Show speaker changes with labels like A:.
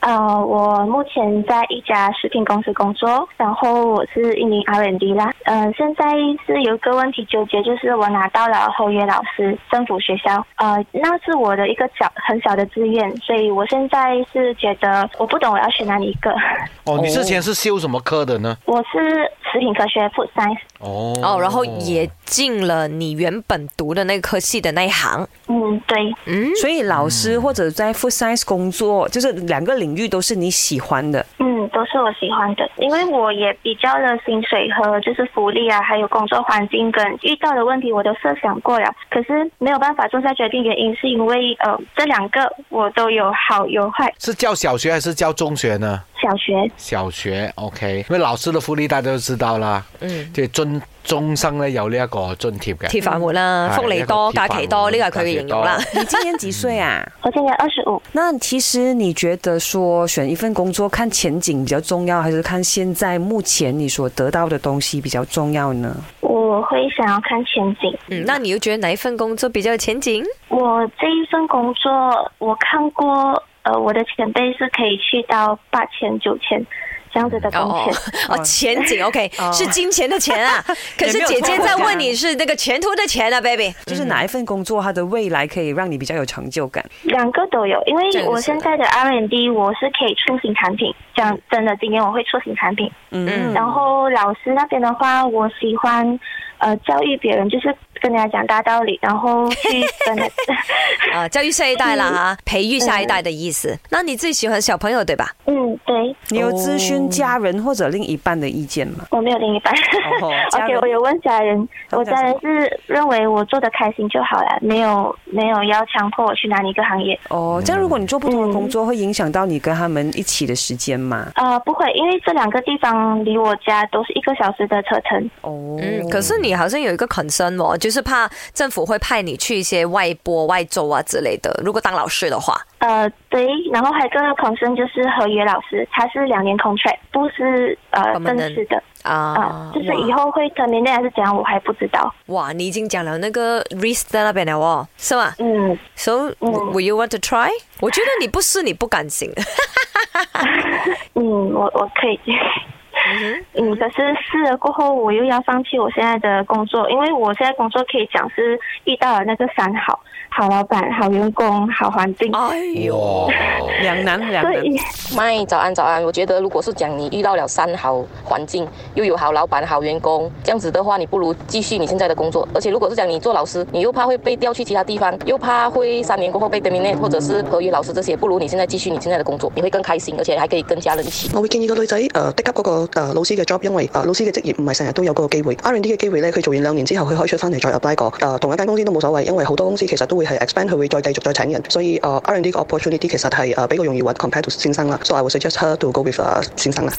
A: 呃，我目前在一家食品公司工作，然后我是一名 R&D 啦。呃，现在是有一个问题纠结，就是我拿到了侯约老师政府学校，呃，那是我的一个小很小的志愿，所以我现在是觉得我不懂我要选哪里一个。
B: 哦，你之前是修什么科的呢？
A: 我是食品科学 Food Science，
B: 哦
C: 哦，然后也进了你原本读的那科系的那一行。
A: 嗯，对，
C: 嗯，
D: 所以老师或者在 food science 工作，就是两个领域都是你喜欢的。
A: 嗯，都是我喜欢的，因为我也比较了薪水和就是福利啊，还有工作环境跟遇到的问题，我都设想过了。可是没有办法做下决定，原因是因为呃，这两个我都有好有坏。
B: 是教小学还是教中学呢？
A: 小学，
B: 小学 OK，因为老師嘅福利大家都知道啦，
C: 嗯，
B: 即係津中生咧有呢一個津貼嘅。
C: 鐵飯碗啦，
B: 係
C: 福利
B: 一個鐵
C: 多，
B: 飯
C: 假
B: 碗
C: 期多，呢個係佢嘅形容啦
B: 假。
D: 你今年几岁啊？
A: 我今年二十五，
D: 嗯 那其实你觉得说选一份工作看前景比较重要，还是看现在目前你所得到的东西比较重要呢？
A: 我会想要看前景。
C: 嗯，那你又觉得哪一份工作比较有前景？
A: 我这一份工作，我看过，呃，我的前辈是可以去到八千、九千这样子的工钱。
C: 哦，前景 OK，是金钱的钱啊。可是姐姐在问你是那个前途的钱啊，baby。
D: 就是嗯哪一份工作它的未来可以让你比较有成就感？
A: 两个都有，因为
C: 这样
A: 我
C: 子的
A: 现在的 R&D 我是可以出行产品，讲真的，今年我会出行产品。
D: 嗯，
A: 然后老师那边的话，我喜欢呃教育别人，就是跟人家讲大道理，然后去跟
C: 啊，教育下一代啦哈，培育下一代的意思。那你最喜欢小朋友对吧？
A: 嗯，对
D: 你有咨询家人或者另一半的意见吗？
A: 我没有另一半。
D: 哦家
A: OK，
D: 人
A: 我有问家人，
D: 他
A: 我
D: 们讲
A: 家
D: 什么
A: 人是认为我做的开心就好了，没有没有要强迫我去哪里一个行业。
D: 哦，这样如果你做不
A: 嗯
D: 同的工作，会影响到你跟他们一起的时间吗？
A: 呃，不会，因为这两个地方离我家都是一个小时的车程。
D: 哦，
C: 嗯，可是你好像有一个 concern 哦，就是怕政府会派你去一些外播、外州啊之类的。如果当老师的话，
A: 呃，对，然后还有一个 concern 就是合约老师，他是两年 contract，不是呃
C: Permanent
A: 正式的啊、
C: 啊，
A: 就是以后会 terminate 还是怎样，我还不知道。
C: 哇，你已经讲了那个 risk 在那边了哦，是吗
A: 嗯，
C: ？So will you want to try？我觉得你不是你不敢行，
A: 嗯，我我可以。 嗯，可是试了过后，我又要放弃我现在的工作，因为我现在工作可以讲是遇到了那个三好：好老板、好员工、好环境。
C: 哎呦，
B: 哇，
D: 两难两
A: 所
D: 难。
A: 以，
E: 麦，早安早安。我觉得如果是讲你遇到了三好环境，又有好老板、好员工，这样子的话，你不如继续你现在的工作。而且如果是讲你做老师，你又怕会被调去其他地方，又怕会三年过后被 terminate 或者是合约老师这些，不如你现在继续你现在的工作，你会更开心，而且还可以跟家 人一起。
F: 我會建議個女仔誒 pick up 嗰個呃老師嘅 job，因為誒、呃老師嘅職業唔係成日都有嗰個機會。R&D 嘅機會咧，佢做完兩年之後，佢可以出翻嚟再 apply 過。誒、同一間公司都冇所謂，因為好多公司其實都會係 expand，佢會再繼續再請人。所以誒、呃 R&D 嘅 opportunity 其實係誒比較容易揾 compared to 呃先生啦。So I would suggest her to go with 誒先生啦。